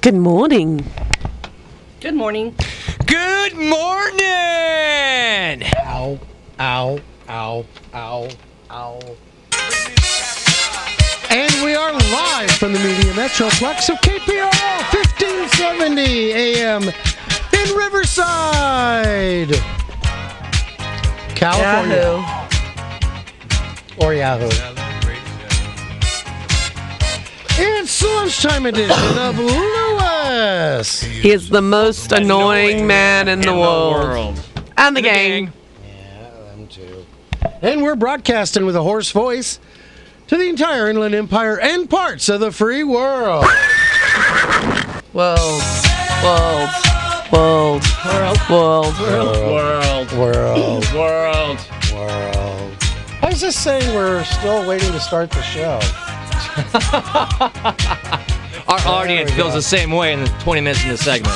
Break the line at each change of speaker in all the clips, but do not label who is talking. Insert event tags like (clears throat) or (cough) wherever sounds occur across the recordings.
Good morning.
Good morning.
Good morning.
Ow, ow, ow, ow, ow. And we are live from the Media Metroplex of KPRL 1570 AM in Riverside, California. Or Yahoo. It's lunchtime edition of Lewis.
He is the most annoying man in the world. And the gang.
Them too. And we're broadcasting with a hoarse voice to the entire Inland Empire and parts of the free world.
World. World. World. World.
World.
World.
World.
World. I was just saying we're still waiting to start the show.
Our audience
we go.
feels the same way in the 20 minutes in the segment.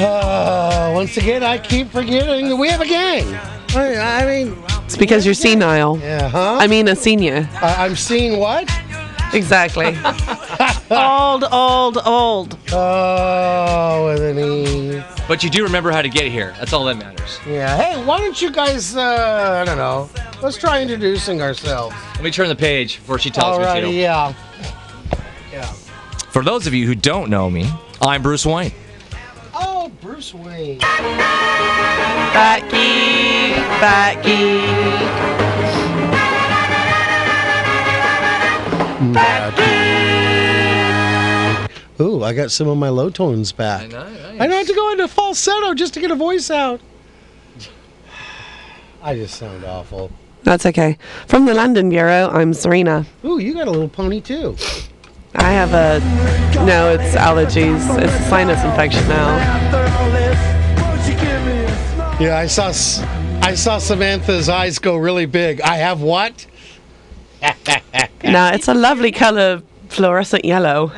Uh, once again, I keep forgetting that we have a gang. I, I mean,
It's because you're senile.
yeah, huh?
I mean, a senior.
I, I'm seeing what?
Exactly. old, old, old.
Oh, with an E.
But you do remember how to get here. That's all that matters.
Yeah. Hey, why don't you guys, uh, I don't know, let's try introducing ourselves.
Let me turn the page before she tells
Alrighty,
me
yeah. Yeah.
to. For those of you who don't know me, I'm Bruce Wayne.
Oh, Bruce Wayne.
Becky. Becky.
Ooh, I got some of my low tones back. I don't have to go into falsetto just to get a voice out. I just sound awful.
That's okay. From the London Bureau, I'm Serena.
Ooh, you got a little pony too.
I have a. No, it's allergies. It's a sinus infection now.
Yeah, I saw S- I saw Samantha's eyes go really big. I have what?
No, it's a lovely color, fluorescent yellow.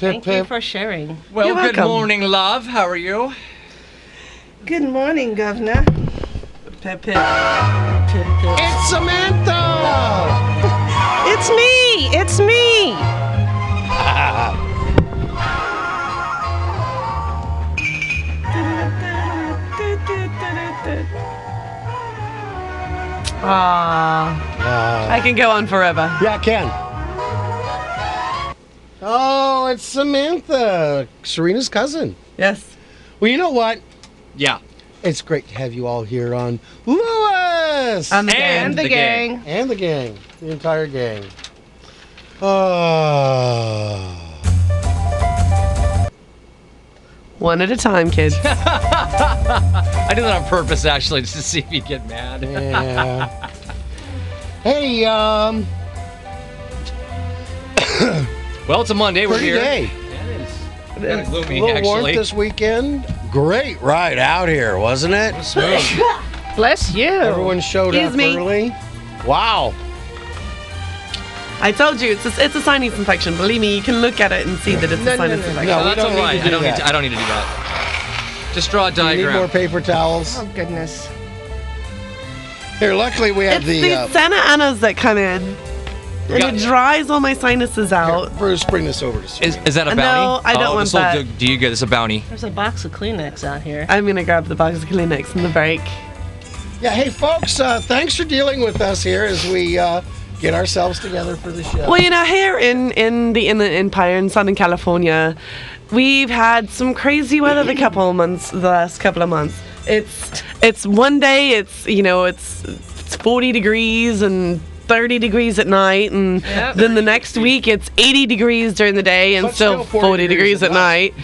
Pip
Thank you
pip.
for sharing.
Well,
You're
good
welcome.
morning, love. How are you?
Good morning, Governor. Pip, pip.
It's Samantha.
It's me. It's me.
Uh,
I can go on forever.
yeah, I can. Oh, it's Samantha, Serena's cousin.
Yes.
Well, you know what?
Yeah.
It's great to have you all here on Lewis
I'm the gang.
And
The,
The
gang.
gang.
and the gang, the entire gang. Oh.
One at a time, kid.
I did that on purpose, actually, (laughs) just to see if you'd get mad.
(laughs) Yeah. hey, um,
Well, it's a Monday. We're
pretty
here.
(laughs) day.
Yeah, it is. Kinda
A
gloomy,
little warmth
actually.
this weekend. Great ride out here, wasn't it?
(laughs) Smooth.
Bless you.
Oh. Everyone showed
Excuse
up
me.
early. Wow.
I told you, it's a, it's a sinus infection. Believe me, you can look at it and see that it's a
no,
sinus
no, no.
infection.
No,
No,
we
that's
don't
all
need
right.
to
I
do
don't need
that.
to. I don't need to do that. Just draw a
We need
diagram.
more paper towels.
Oh goodness.
Here, luckily we had
It's
the,
these
uh,
Santa Anas that come in, and
got-
it dries all my sinuses out.
Bruce, bring this over to
Is,
Serena.
is that a
No,
bounty?
I don't
oh,
want
this will
that.
Do, do you get this a bounty?
There's a box of Kleenex out here.
I'm gonna grab the box of Kleenex in the break.
Yeah, hey folks, uh, thanks for dealing with us here as we uh, get ourselves together for the show.
Well, you know, here in in the Inland Empire in Southern California, we've had some crazy weather the couple of months, the last couple of months. It's it's one day it's you know it's it's 40 degrees and 30 degrees at night, and then the next week it's 80 degrees during the day and
But
still
still 40
40, degrees, at night.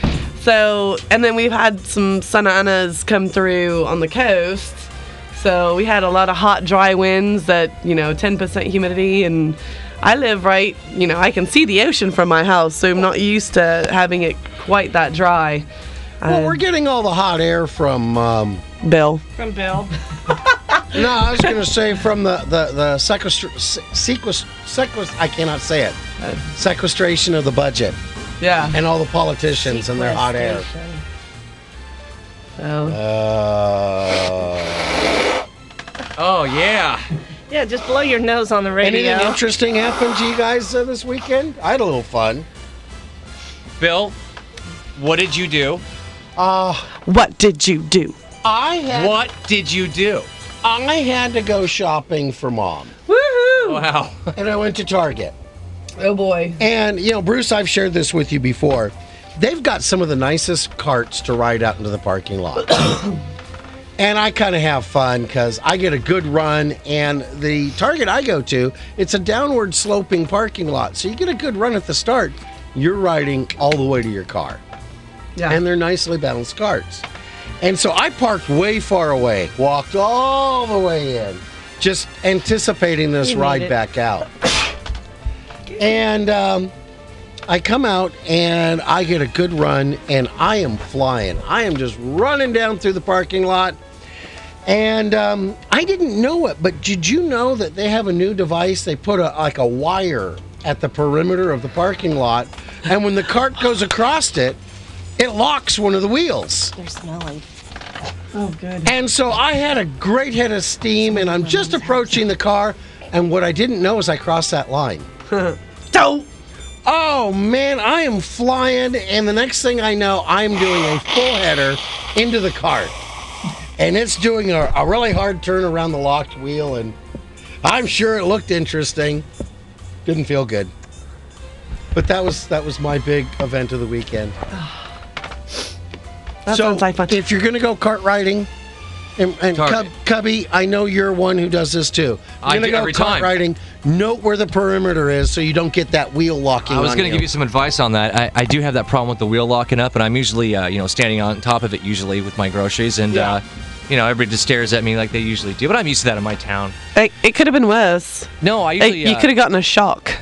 So, and then we've had some Santa Anas come through on the coast. So we had a lot of hot, dry winds that, you know, 10% humidity. And I live right, you know, I can see the ocean from my house, so I'm not used to having it quite that dry.
Well,
Uh,
we're getting all the hot air from. Um,
Bill.
From Bill.
no, I was going to say from the the the sequestr- sequest, sequest, I cannot say it. Sequestration of the budget
Yeah.
and all the politicians and their hot air.
Sequestration.
So,
Uh,
Oh yeah.
Yeah, just blow your nose on the radio.
anything interesting happened to you guys uh, this weekend? I had a little fun.
Bill, What did you do?
What did you do?
I had
What did you do?
I had to go shopping for mom,
Woohoo!
(laughs)
Wow.
and I went to Target.
Oh boy.
And you know, Bruce, I've shared this with you before. They've got some of the nicest carts to ride out into the parking lot. and I kind of have fun because I get a good run. And the target I go to, it's a downward sloping parking lot, so you get a good run at the start. You're riding all the way to your car,
Yeah.
and they're nicely balanced carts. And so I parked way far away, walked all the way in, just anticipating this
You made
ride
it.
back out. And um, I come out and I get a good run and I am flying. I am just running down through the parking lot. And um, I didn't know it, but did you know that they have a new device? They put a like a wire at the perimeter of the parking lot, and when the cart goes across it, it locks one of the wheels.
They're smelling.
oh good.
And so I had a great head of steam, and I'm just approaching the car. And what I didn't know is I crossed that
(laughs)
line.
Don't.
Oh man, I am flying, and the next thing I know, I'm doing a full header into the cart. And it's doing a, a really hard turn around the locked wheel, and I'm sure it looked interesting. Didn't feel good. But that was that was my big event of the weekend.
(sighs) That
so
sounds like fun.
if you're gonna go kart riding, and, and Cub,
Target.
Cubby, I know you're one who does this too.
I
You're gonna
do
go
every
kart
time.
riding. Note where the perimeter is, so you don't get that wheel locking.
I was
on
going to give you some advice on that. I, I do have that problem with the wheel locking up, and I'm usually, uh, you know, standing on top of it usually with my groceries, and
Yeah.
uh, you know, everybody just stares at me like they usually do. But I'm used to that in my town.
It, it could have been worse.
No, I
Like,
usually.
you
uh,
could have gotten a shock,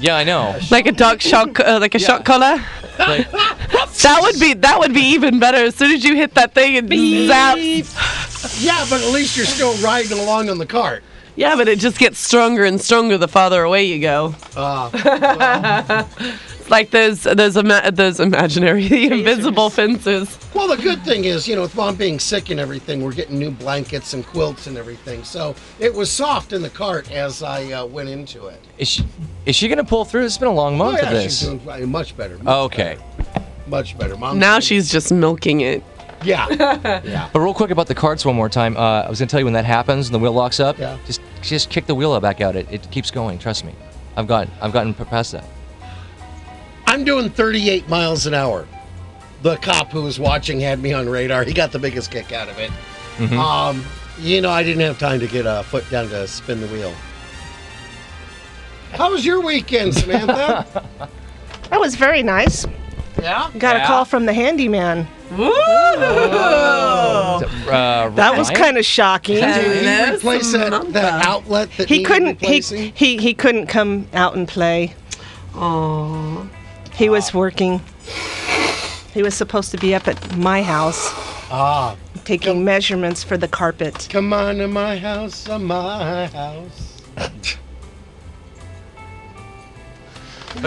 Yeah, I
(laughs)
know.
like a dark shock, uh, like a
Yeah.
shock collar.
Like,
That would be that would be even better. As soon as you hit that thing and zaps.
Yeah, but at least you're still riding along on the cart.
Yeah, but it just gets stronger and stronger the farther away you go.
Uh,
It's Like those those ima- those imaginary (laughs) the invisible fences.
well, the good thing is, you know, with mom being sick and everything, we're getting new blankets and quilts and everything. So it was soft in the cart as I uh, went into it.
is she, is she going to pull through? It's been a long month
oh, yeah,
of this. Oh.
she's doing uh, much better. Much
okay.
better, much better. Mom.
Now she's just milking it.
Yeah. yeah.
But real quick about the carts one more time. Uh, I was gonna tell you when that happens and the wheel locks up.
Yeah.
Just just kick the wheel back out. It, it keeps going. Trust me. I've got I've gotten p- past that.
I'm doing 38 miles an hour. The cop who was watching had me on radar. He got the biggest kick out of it.
Mm-hmm.
Um, you know, I didn't have time to get a foot down to spin the wheel. How was
(laughs)
your weekend, Samantha?
That was very nice.
yeah.
Got
Yeah.
a call from the handyman.
Is it, uh,
(laughs) That was
Ryan?
kind of shocking.
Did he
Hello,
replace that, that outlet that
he
needed
couldn't he,
replacing?
he he couldn't come out and play
Oh,
he was working he was supposed to be up at my house
ah,
taking measurements for the carpet
come on to my house, on my house.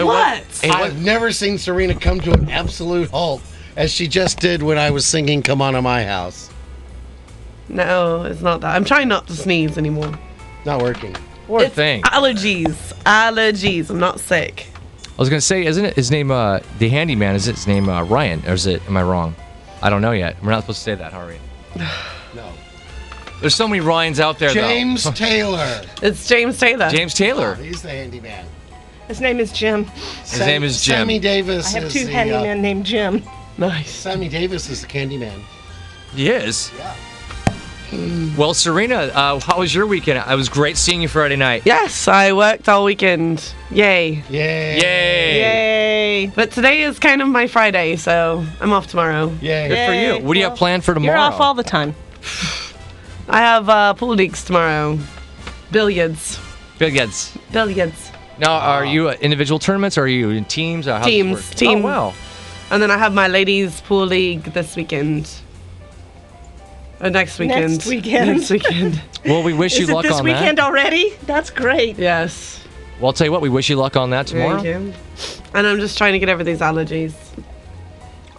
what?
Hey, what-
I've never seen Serena come to an absolute halt as she just did when I was singing "Come on to my house."
No, it's not that. I'm trying not to sneeze anymore.
Not working.
poor
It's
thing. I
Allergies, allergies. I'm not sick.
was gonna say, isn't it his name? Uh, the handyman is it his name? Uh, Ryan, or is it? Am I wrong? I don't know yet. We're not supposed to say that, Harry.
No.
There's so many Ryans out there. (laughs)
James
Though.
Taylor.
It's James Taylor.
James Taylor.
Oh, He's the handyman.
his name is jim
His
name is Jim.
Sammy
i
Davis.
have
is
two
the,
handymen
Uh,
named jim
Nice.
Sammy Davis is the Candyman.
He is.
Yeah.
Well, Serena, uh, how was your weekend? I was great seeing you Friday night.
Yes, I worked all weekend. Yay.
Yay.
Yay!
yay
But today is kind of my Friday, so I'm off tomorrow.
Yay.
Good for you. What do you have planned for tomorrow?
you're off all the time
I have uh, pool leagues tomorrow. Billiards.
Billiards.
Billiards.
Now, are
Ah.
you at individual tournaments? Or are you in teams? Or how does it
Teams,
work?
team.
Oh, wow.
And then I have my ladies pool league this weekend. Or next weekend.
Next weekend.
Next weekend. (laughs)
Well, we wish you
is it
luck
this
on
weekend
that.
already that's great
yes.
Well, I'll tell you what, we wish you luck on that tomorrow.
Thank you. And I'm just trying to get over these allergies.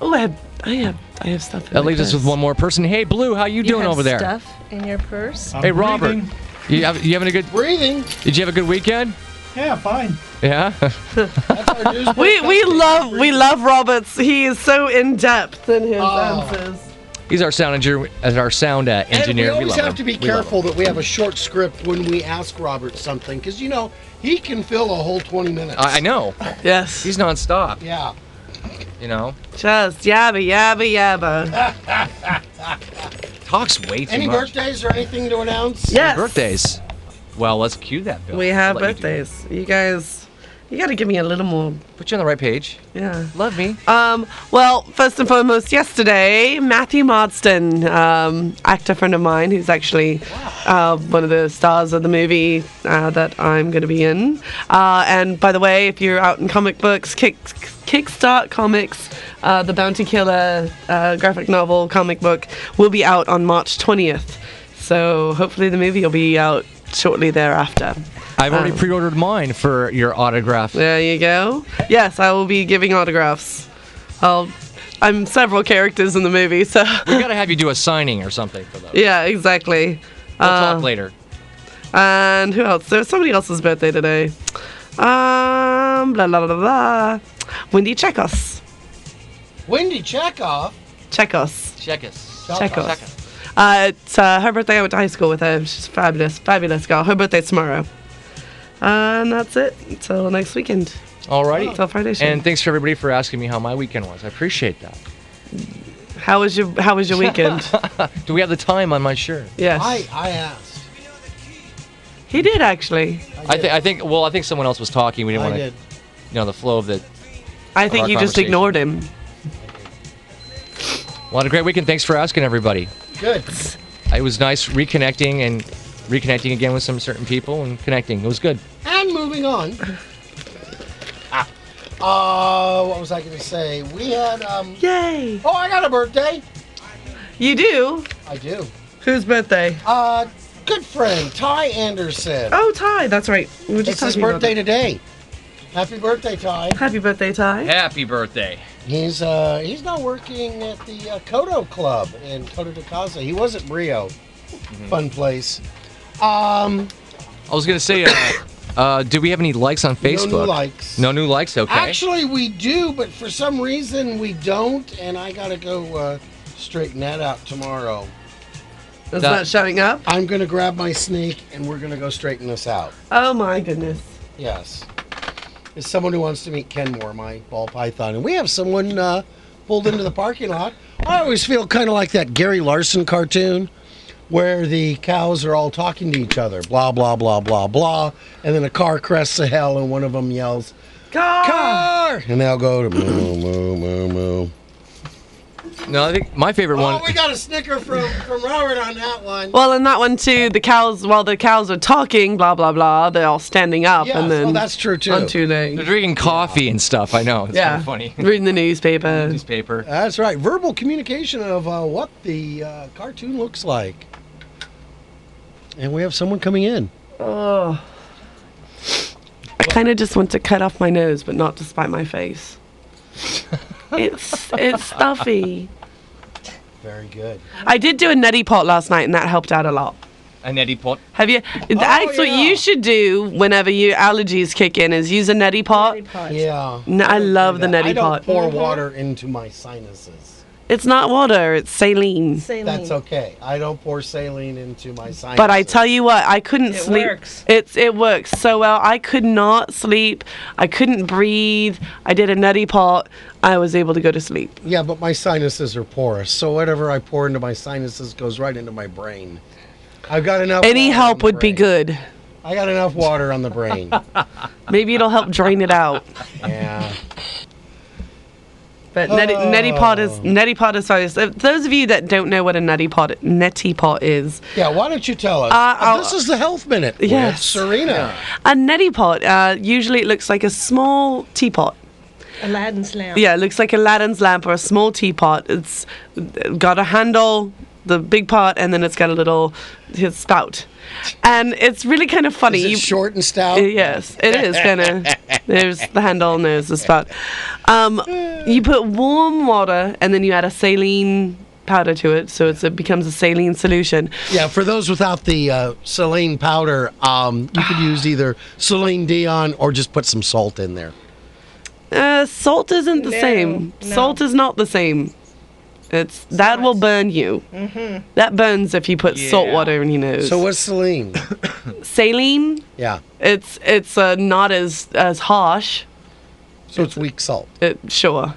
Oh, I have, I have, I have stuff. in
That
my
leaves us with
purse.
one more person. Hey, Blue, how you, doing
have
over there?
stuff in your purse
Hey, Robert. You, have, you having a good?
Breathing.
Did you have a good weekend?
Yeah, fine.
Yeah. (laughs)
That's our news
We we love we love Roberts. He is so in depth in his
Oh.
answers.
He's our sound engineer. As our sound uh, engineer.
And we always
love
have
him.
to be
We love
careful that we have a short script when we ask Robert something, because you know he can fill a whole 20 minutes.
him. I, I know.
Yes.
He's nonstop.
Yeah.
You know,
Just yabba yabba yabba.
Ah. talks way too
Any
much.
birthdays or anything to announce?
Yes.
Birthdays. Well, let's cue that. Bill.
We have
I'll let you do that.
birthdays. You, guys, you got to give me a little more.
Put you on the right page.
Yeah.
Love me.
Um, well, first and foremost, yesterday, Matthew Marsden, um, actor friend of mine, who's actually uh, one of the stars of the movie uh, that I'm going to be in. Uh, and by the way, if you're out in comic books, kick, Kickstart Comics, uh, the Bounty Killer uh, graphic novel comic book, will be out on March 20th. So hopefully the movie will be out shortly thereafter.
I've already
Um,
pre-ordered mine for your autograph.
There you go. Yes, I will be giving autographs. I'll, I'm several characters in the movie, so (laughs)
We gotta have you do a signing or something for those.
yeah, exactly.
We'll
Uh,
talk later.
And who else? There was somebody else's birthday today. Um, blah blah blah blah. Wendy Chekos.
Wendy Chekhov.
Chekos.
Check us.
Check us. Uh, it's uh, her birthday. I went to high school with her. She's fabulous, fabulous girl. Her birthday's tomorrow. And that's it. Until next weekend.
Alrighty.
Until Friday.
And thanks for everybody for asking me how my weekend was. I appreciate that.
how was your How was your
(laughs)
weekend?
Do we have the time on my shirt?
yes,
I, I asked.
he did actually.
I think I think well I think someone else was talking. We didn't
I
want to
did.
you know the flow of the.
I
our
think you just
conversation.
ignored him.
Well, had a great weekend. Thanks for asking everybody.
Good.
It was nice reconnecting and reconnecting again with some certain people and connecting. It was good.
And moving on. Ah. Uh, what was I going to say? We had. Um,
Yay!
oh, I got a birthday.
You do?
I do.
Whose birthday?
Uh, good friend Ty Anderson.
Oh, Ty. That's right. We were
it's
just
his
talking about
birthday
that.
today. Happy birthday, Ty.
Happy birthday, Ty.
Happy birthday.
He's uh he's now working at the uh, Kodo Club in Kodo de Casa. He was at Brio, fun place. Um,
I was gonna say, uh, (coughs) uh, do we have any likes on Facebook?
no new likes.
No new likes. Okay.
Actually, we do, but for some reason we don't, and I gotta go uh, straighten that out tomorrow.
That's
That-
not showing up.
I'm gonna grab my snake and we're gonna go straighten this out.
Oh my goodness.
Yes, it's someone who wants to meet Kenmore, my ball python, and we have someone uh, pulled into the parking lot. I always feel kind of like that Gary Larson cartoon. where the cows are all talking to each other, blah blah blah blah blah, and then a car crests a hill and one of them yells
Car.
"car," and they'll go to moo moo moo moo.
No, I think my favorite one.
Oh, we got a snicker from from Robert on that one.
Well, in that one too, the cows. While the cows are talking, blah blah blah, they're all standing up
Yes,
and then
well, that's true, too.
On two
They're
legs.
drinking coffee and stuff. I know. It's
Yeah.
Kind of funny.
(laughs) Reading the newspaper.
Newspaper.
That's right. Verbal communication of uh, what the uh, cartoon looks like. And we have someone coming in.
Oh. I kind of just want to cut off my nose, but not to spite my
(laughs)
face. it's it's stuffy.
Very good.
I did do a neti pot last night, and that helped out a lot.
A neti pot.
Have you? that's what
yeah.
you should do whenever your allergies kick in is use a neti pot.
Yeah.
No, I love the
I
neti
don't
pot. Mm-hmm.
pour water into my sinuses.
It's not water, it's saline.
Saline.
That's okay. I don't pour saline into my sinuses.
But I tell you what, I couldn't
It
sleep.
works.
It's it works so well. I could not sleep. I couldn't breathe. I did a neti pot. I was able to go to sleep.
Yeah, but my sinuses are porous, so whatever I pour into my sinuses goes right into my brain. I've got enough.
Any
water on
help
the
would be
brain.
good.
I got enough water on
(laughs)
the brain.
Maybe it'll help drain it out.
yeah.
But neti, neti pot is
Oh.
neti pot is fabulous. If Those of you that don't know what a neti pot neti pot is,
Yeah. Why don't you tell us?
Uh, I'll-
this is the health minute. With
Yes.
Serena.
a neti pot uh, usually it looks like a small teapot.
Aladdin's lamp.
Yeah, it looks like Aladdin's lamp or a small teapot. It's got a handle, the big pot, and then it's got a little his spout. And it's really kind of funny.
Is it
You-
short and stout?
uh, Yes, it is kind of. There's the handle and there's the spout. Um, you put warm water and then you add a saline powder to it, so it's, it becomes a saline solution.
Yeah, for those without the uh, saline powder, um, you
(sighs)
could use either saline Dion or just put some salt in there.
Uh, salt isn't the
No,
same.
no.
Salt is not the same. It's that will burn you. Mm-hmm. That burns if you put salt
Yeah.
water in your nose.
So what's saline?
saline?
(coughs) yeah,
It's it's uh, not as as harsh.
so it's weak salt.
It, sure.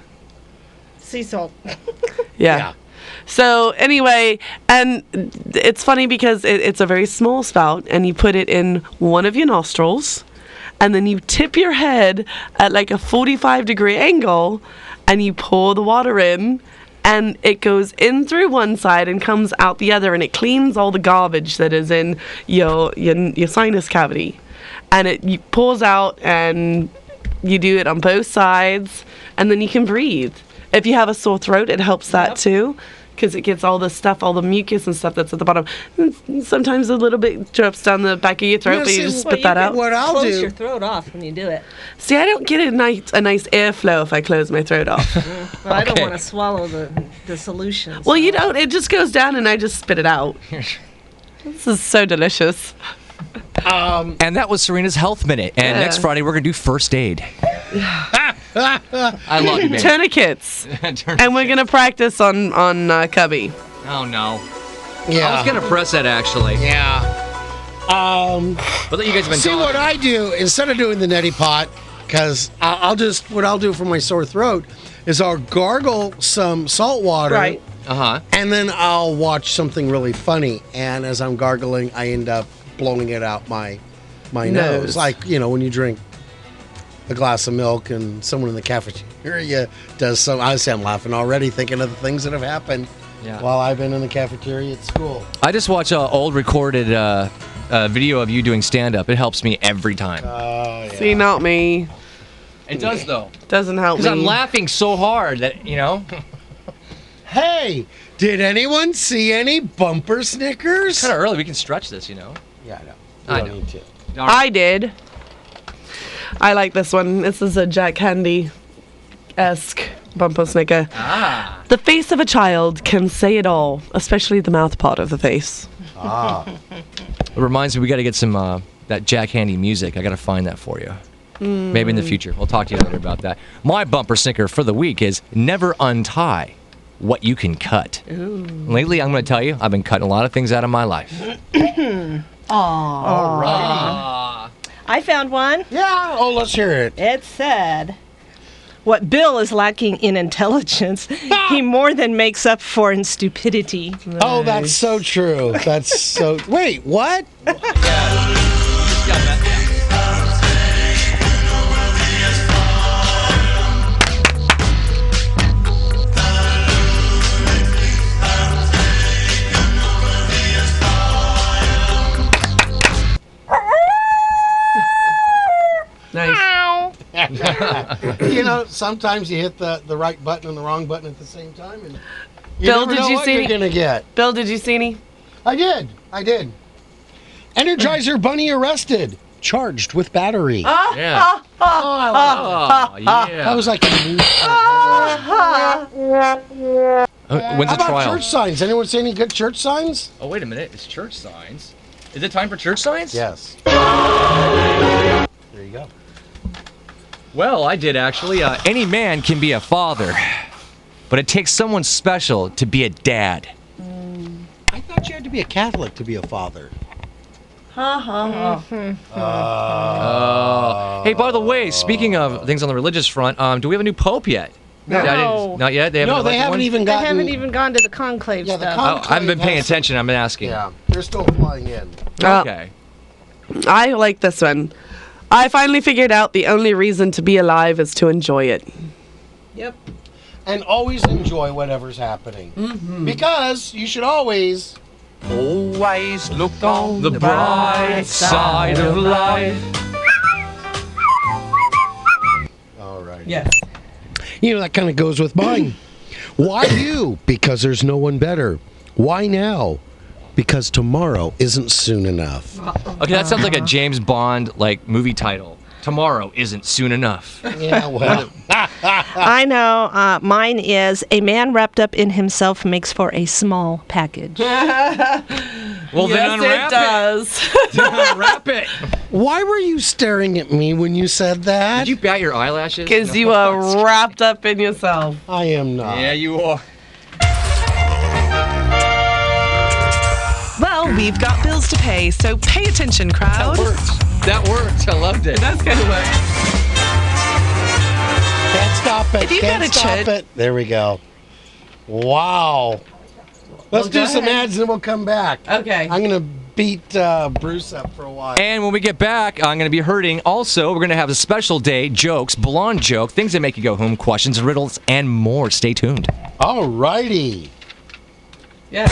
Sea salt.
yeah. So anyway, and it's funny because it, it's a very small spout, and you put it in one of your nostrils, and then you tip your head at like a 45 degree angle, and you pour the water in, and it goes in through one side and comes out the other, and it cleans all the garbage that is in your your, your sinus cavity, and it you pours out and you do it on both sides and then you can breathe if you have a sore throat it helps that too because it gets all the stuff all the mucus and stuff that's at the bottom And sometimes a little bit drips down the back of your throat
Yeah,
but you
see,
just
well,
spit that out
What I'll
Close
do-
your throat off when you do it.
see i don't get a nice, a nice airflow if i close my throat off
Well, I don't
Okay.
want to swallow the the solution.
well
so-
you don't it just goes down and i just spit it out this is so delicious
(laughs) And that was Serena's health minute. And
Yeah.
next Friday we're gonna do first aid. (laughs) I love you, (laughs) man.
tourniquets
Turn-
and we're gonna practice on on uh, cubby
oh no.
Yeah.
I was gonna press that actually,
yeah. Um,
but you guys have been
see
talking.
what I do instead of doing the neti pot, because I'll just what I'll do for my sore throat is I'll gargle some salt water.
Right.
Uh huh.
And then I'll watch something really funny, and as I'm gargling, I end up blowing it out my my nose,
Nose.
like you know when you drink a glass of milk, and someone in the cafeteria does some. I say I'm laughing already, thinking of the things that have happened
Yeah.
while I've been in the cafeteria at school.
I just watch uh, old recorded uh, uh, video of you doing stand up. It helps me every time.
Oh yeah.
see not me
it does though,
doesn't help me
because I'm laughing so hard that you know. (laughs)
Hey, did anyone see any bumper Snickers?
kind of early. We can stretch this, you know.
Yeah, I know.
I
You don't
know.
need to.
I did. I like this one. This is a Jack Handy esque bumper snicker.
ah.
The face of a child can say it all, especially the mouth part of the face.
It reminds me we got to get some uh, that Jack Handy music. I got to find that for you. Maybe in the future. We'll talk to you later about that. My bumper snicker for the week is never untie what you can cut. Lately, I'm going to tell you, I've been cutting a lot of things out of my life.
I found one.
Yeah. Oh, let's hear it.
It said, What Bill is lacking in intelligence, (laughs) he more than makes up for in stupidity.
Oh, that's so true. That's so. Wait, what?
Nice.
(laughs) you know, sometimes you hit the, the right button and the wrong button at the same time, and you
Bill,
never
did
know
you
what
see
you're
it?
gonna get.
Bill, did you see any?
I did, I did. Energizer Bunny arrested, charged with battery.
(laughs)
Ah.
Yeah.
oh, I like
Oh,
that. That
yeah.
was like
Ah.
a new.
Uh, When's
How
the
about
trial?
church signs? Anyone see any good church signs?
Oh, wait a minute. It's church signs. Is it time for church signs?
Yes. There you go.
Well, I did actually. Uh, any man can be a father, but it takes someone special to be a dad.
I thought you had to be a Catholic to be a father.
Hey, by the way, speaking of things on the religious front, um, do we have a new pope yet?
No.
Yeah, I didn't- not yet. They haven't
no, they
elected
haven't
one?
even
I
gotten.
haven't even gone to the conclave
Yeah, the
stuff.
con-
Oh, I haven't been paying attention. I've been asking.
Yeah, they're still flying in.
Uh,
Okay.
I like this one. I finally figured out the only reason to be alive is to enjoy it.
yep.
and always enjoy whatever's happening
Mm-hmm.
because you should always
Always look on the bright side of life.
all right
Yes.
you know that kind of goes with mine (coughs) why you because there's no one better why now because tomorrow isn't soon enough
Okay, that sounds like a James Bond like movie title. Tomorrow isn't soon enough.
(laughs) Yeah, well,
I know. Uh, mine is a man wrapped up in himself makes for a small package.
Well, then
yes, it (laughs)
unwrap it.
does.
Then unwrap (laughs) it.
why were you staring at me when you said that?
Did you bat your eyelashes?
Because you
(laughs)
are wrapped up in yourself.
I am not.
Yeah, you are.
Well, we've got bills to pay, so pay attention, crowd.
That worked. I loved it.
That's kind of what.
Can't stop it.
If you
Can't
got a
stop
chit-
it. There we go. Wow. Let's do some ads and then we'll come back.
Okay.
I'm gonna beat uh, Bruce up for a while.
And when we get back, I'm going to be hurting. Also, we're going to have a special day jokes, blonde joke, things that make you go home, questions, riddles, and more. Stay tuned.
Alrighty.
Yes.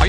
Are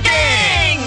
Gang.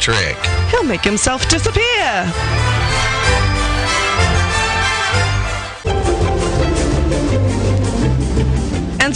trick.
He'll make himself disappear. And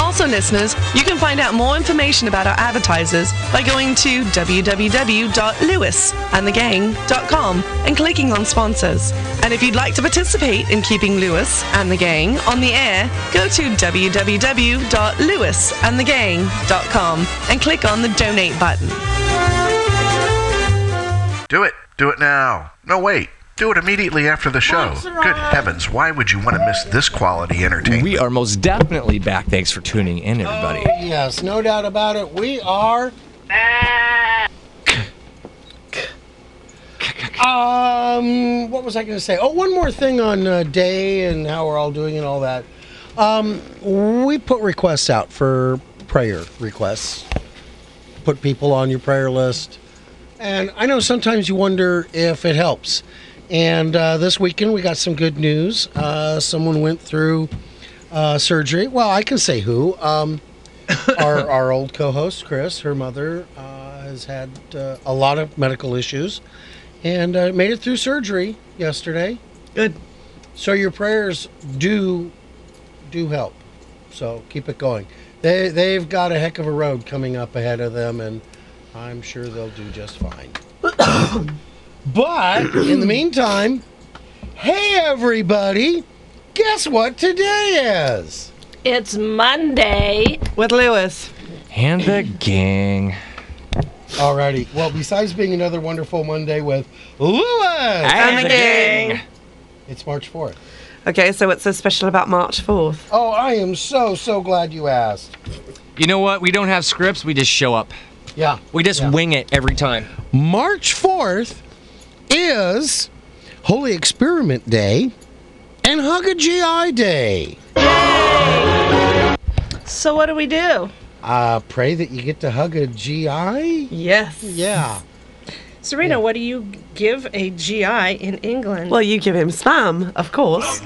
Also, listeners, you can find out more information about our advertisers by going to www.lewisandthegang.com and clicking on sponsors. And if you'd like to participate in keeping Lewis and the Gang on the air, go to www.lewisandthegang.com and click on the donate button.
Do it. Do it now. No, wait. Do it immediately after the show. Good heavens, why would you want to miss this quality entertainment?
We are most definitely back. Thanks for tuning in, everybody.
Yes, no doubt about it. We are. Um, what was I going to say? Oh, one more thing on uh, day and how we're all doing and all that. Um, we put requests out for prayer requests. Put people on your prayer list, and I know sometimes you wonder if it helps. And uh, this weekend we got some good news. Uh, someone went through uh, surgery. Well, I can say who. Um, our, our old co-host Chris, her mother uh, has had uh, a lot of medical issues, and uh, made it through surgery yesterday.
Good.
So your prayers do do help. So keep it going. They they've got a heck of a road coming up ahead of them, and I'm sure they'll do just fine. but in the meantime, hey everybody, guess what today is?
It's Monday.
With Lewis.
And the gang.
Alrighty. Well, besides being another wonderful Monday with Lewis,
And the gang.
it's March 4th.
Okay, so what's so special about March 4th?
Oh, I am so, so glad you asked.
You know what? We don't have scripts. We just show up.
Yeah.
We just
Yeah.
wing it every time.
March 4th is Holy Experiment Day and Hug a GI Day.
So what do we do?
Uh, pray that you get to hug a GI.
Yes.
Yeah.
Serena, what do you give a GI in England?
Well, you give him spam, of course.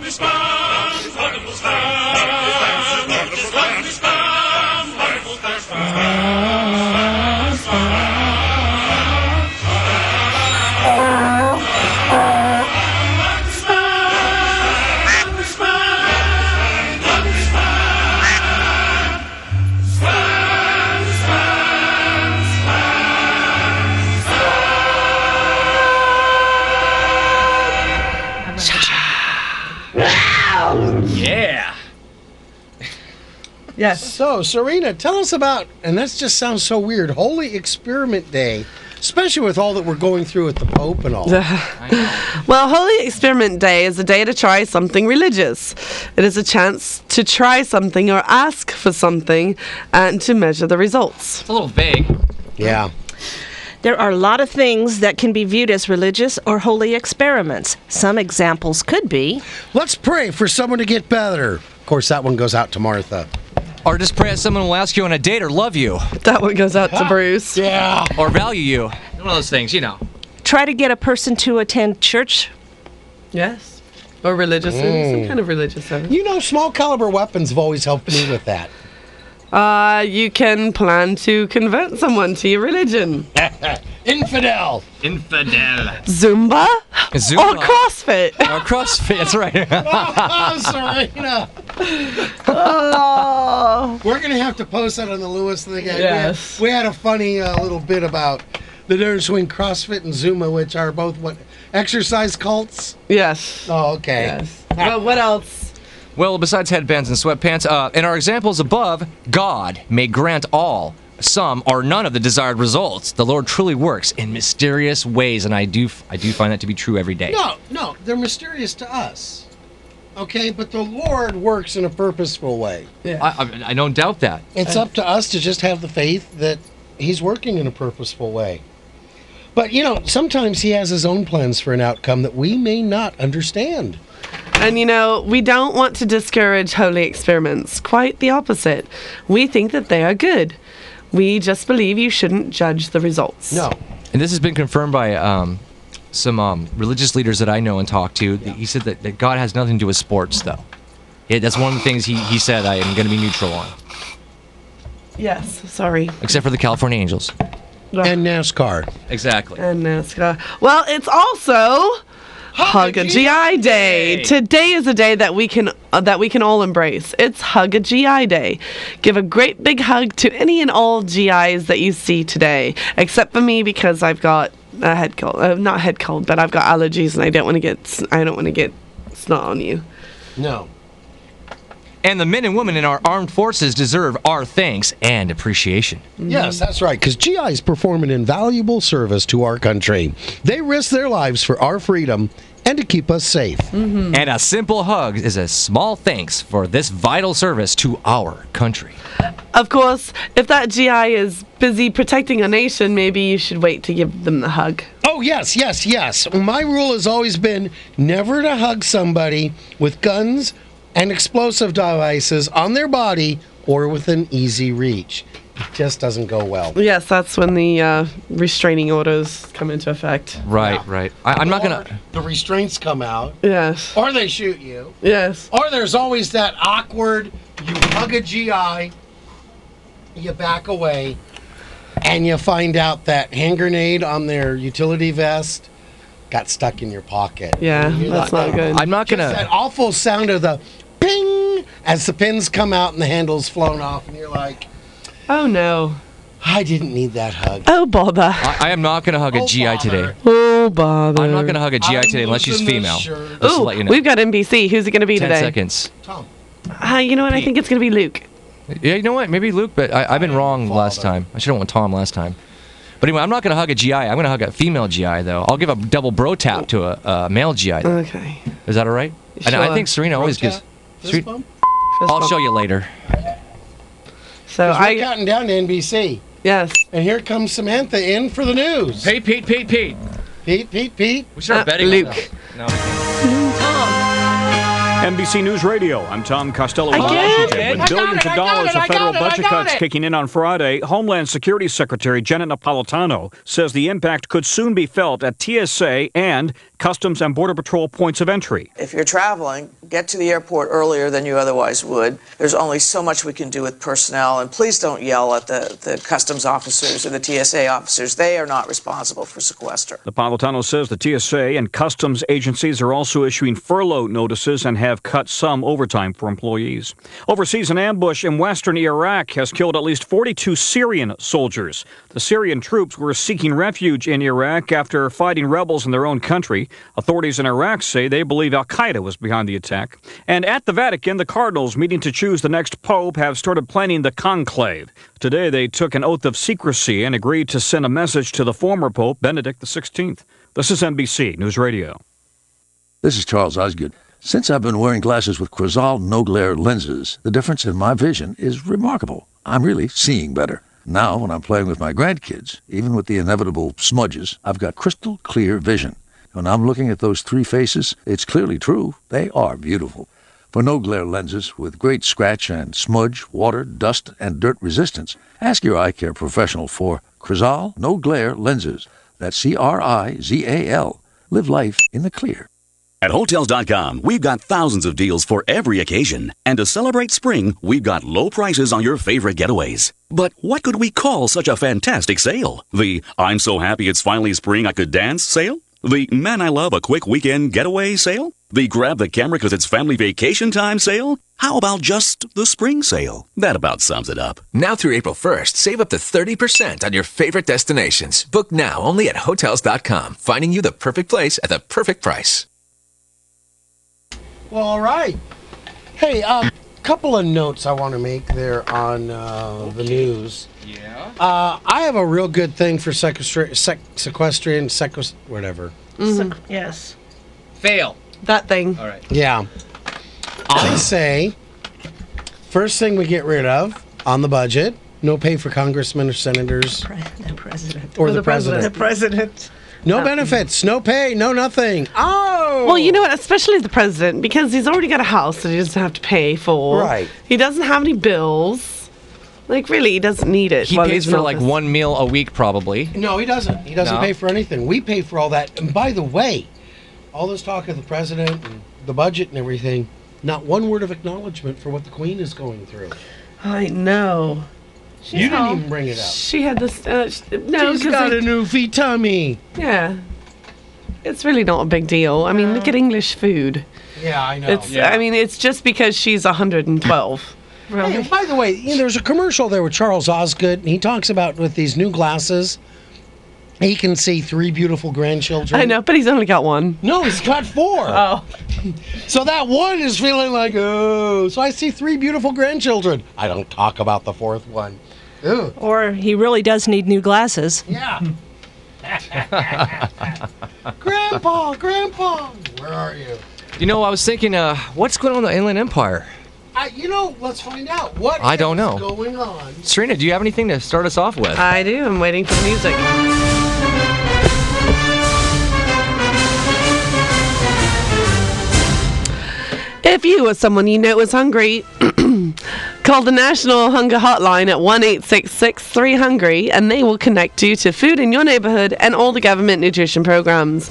Yes.
So, Serena, tell us about, and that just sounds so weird, Holy Experiment Day, especially with all that we're going through with the Pope and all.
Well, Holy Experiment Day is a day to try something religious. It is a chance to try something or ask for something and to measure the results.
It's a little vague.
yeah.
There are a lot of things that can be viewed as religious or holy experiments. Some examples could be
Let's pray for someone to get better. Of course, that one goes out to Martha.
Or just pray that someone will ask you on a date or love you
That one goes out to Bruce.
Yeah.
or value you. One of those things, you know.
try to get a person to attend church.
Yes. Or religious service, some kind of religious service.
You know, small caliber weapons have always helped me with that.
Uh, you can plan to convert someone to your religion.
(laughs) (laughs) Infidel.
Zumba?
Zumba.
Or CrossFit? (laughs)
Or CrossFit. That's right. (laughs)
Oh, Serena. We're going to have to post that on the Lewis thing.
Yes.
We had, we had a funny uh, little bit about the difference between CrossFit and Zuma, which are both what exercise cults.
yes.
Oh, okay.
Yes. Well, what else?
well, besides headbands and sweatpants, uh, in our examples above, God may grant all, some, or none of the desired results. The Lord truly works in mysterious ways, and I do, I do find that to be true every day.
No, no, they're mysterious to us. Okay, but the Lord works in a purposeful way.
I, I, I don't doubt that.
It's up to us to just have the faith that He's working in a purposeful way. But you know, sometimes He has His own plans for an outcome that we may not understand.
And you know, we don't want to discourage holy experiments. Quite the opposite. We think that they are good. We just believe you shouldn't judge the results.
No.
And this has been confirmed by um, some um, religious leaders that I know and talk to. He said that, that God has nothing to do with sports, though. Yeah, that's one of the things he, he said I am going to be neutral on,
Yes. Sorry.
except for the California Angels. Uh,
And NASCAR.
Exactly.
And NASCAR. Well, it's also Hug a GI Day. Today is a day that we can uh, that we can all embrace. It's Hug a GI Day. Give a great big hug to any and all GIs that you see today, except for me because I've got a head cold. Uh, not head cold, but I've got allergies and I don't want to get s- I don't want to get snot on you.
No.
And the men and women in our armed forces deserve our thanks and appreciation.
Yes, that's right, because GIs perform an invaluable service to our country. They risk their lives for our freedom and to keep us safe.
And a simple hug is a small thanks for this vital service to our country.
Of course, if that GI is busy protecting a nation, maybe you should wait to give them the hug.
Oh, yes, yes, yes. My rule has always been never to hug somebody with guns and explosive devices on their body or within easy reach. It just doesn't go well.
Yes, that's when the uh, restraining orders come into effect.
Right, right. I, I'm not going
Or
to.
The restraints come out,
Yes.
or they shoot you,
Yes.
or there's always that awkward you hug a GI, you back away, and you find out that hand grenade on their utility vest got stuck in your pocket.
Yeah, that's not good.
I'm not going
Just that
to.
awful sound of the ping as the pins come out and the handle's flown off, and you're like,
Oh no.
I didn't need that hug.
Oh bother.
I, I am not going to hug a
Oh,
GI today.
bother.
Oh bother.
I'm not going to hug a GI
I'm
today unless she's
losing
female.
this shirt.
Just to
Ooh,
let you know.
we've got NBC. Who's it going to be
10
today?
seconds.
Tom.
Ah, you know what? I think it's going to be Luke.
Yeah, you know what? Maybe Luke, but I, I've been wrong last time. I should have went Tom last time. But anyway, I'm not going to hug a GI. I'm going to hug a female GI, though. I'll give a double bro tap to a, a male GI.
Okay.
Is that all right? And I
Sure.
think Serena always gives.
Fist bump?
Fist
I'll
bump.
show you later.
So
We're
I
counting down to NBC.
yes.
And here comes Samantha in for the news.
Hey, Pete, Pete, Pete.
Pete, Pete, Pete.
We should
Uh, Luke.
No.
Tom.
NBC News Radio. I'm Tom Costello. in
I get
Washington.
it. I
With
got
billions
it, I
of
got
dollars
it, I
of federal
got it, I
budget
got
cuts
it.
kicking in on Friday, Homeland Security Secretary Janet Napolitano says the impact could soon be felt at TSA and Customs and Border Patrol points of entry.
If you're traveling, get to the airport earlier than you otherwise would. There's only so much we can do with personnel, and please don't yell at the, the customs officers or the TSA officers. They are not responsible for sequester.
Napolitano says the TSA and customs agencies are also issuing furlough notices and have cut some overtime for employees. Overseas, an ambush in western Iraq has killed at least 42 Syrian soldiers. The Syrian troops were seeking refuge in Iraq after fighting rebels in their own country. Authorities in Iraq say they believe Al Qaeda was behind the attack. And at the Vatican, the cardinals meeting to choose the next pope have started planning the conclave. Today, they took an oath of secrecy and agreed to send a message to the former Pope, Benedict XVI. This is NBC News Radio.
This is Charles Osgood. Since I've been wearing glasses with Crizal no glare lenses, the difference in my vision is remarkable. I'm really seeing better. Now, when I'm playing with my grandkids, even with the inevitable smudges, I've got crystal clear vision. When I'm looking at those three faces, it's clearly true. They are beautiful. For no glare lenses with great scratch and smudge, water, dust, and dirt resistance, ask your eye care professional for Crizal no glare lenses. That's C R I Z A L. Live life in the clear.
At Hotels.com, we've got thousands of deals for every occasion. And to celebrate spring, we've got low prices on your favorite getaways. But what could we call such a fantastic sale? The I'm so happy it's finally spring I could dance sale? The man I love a quick weekend getaway sale? The grab the camera because it's family vacation time sale? How about just the spring sale? That about sums it up.
Now through April 1st, save up to 30% on your favorite destinations. Book now only at Hotels.com, finding you the perfect place at the perfect price.
Well, all right. Hey, a uh, couple of notes I want to make there on uh, the news. Yeah. Uh, I have a real good thing for sequestra- sec- sequestrian, sequest- whatever.
yes.
Fail. That thing. All right.
Yeah. I say, first thing we get rid of on the budget, no pay for congressmen or senators.
The president.
Or Or the the president.
The president.
No benefits, no pay, no nothing. Oh.
Well, you know what? Especially the president, because he's already got a house that he doesn't have to pay for.
Right.
He doesn't have any bills. Like, really, he doesn't need it.
He
while
pays
he's in
for like
office.
one meal a week, probably.
No, he doesn't. He doesn't
No.
pay for anything. We pay for all that. And by the way, all this talk of the president and the budget and everything, not one word of acknowledgement for what the queen is going through.
I know.
you didn't even bring it up.
She had this. Uh, sh- no,
She's
'cause
got
I-
a new V tummy.
Yeah. It's really not a big deal. I mean, look at English food.
Yeah, I know.
It's. I mean, it's just because she's 112.
Hey, by the way, you know, there's a commercial there with Charles Osgood, and he talks about with these new glasses, he can see three beautiful grandchildren.
I know, but he's only got one.
No, he's got four.
Oh.
(laughs) So that one is feeling like, oh, so I see three beautiful grandchildren. I don't talk about the fourth one.
Or he really does need new glasses.
Yeah. (laughs) Grandpa, Grandpa, where are you?
You know, I was thinking, uh, what's going on in the Inland Empire?
I, you know, let's find out what
I don't
is
know.
going on.
Serena, do you have anything to start us off with?
I do. I'm waiting for the music. If you or someone you know is hungry, (clears throat) call the National Hunger Hotline at 1 866 3 Hungry and they will connect you to food in your neighborhood and all the government nutrition programs.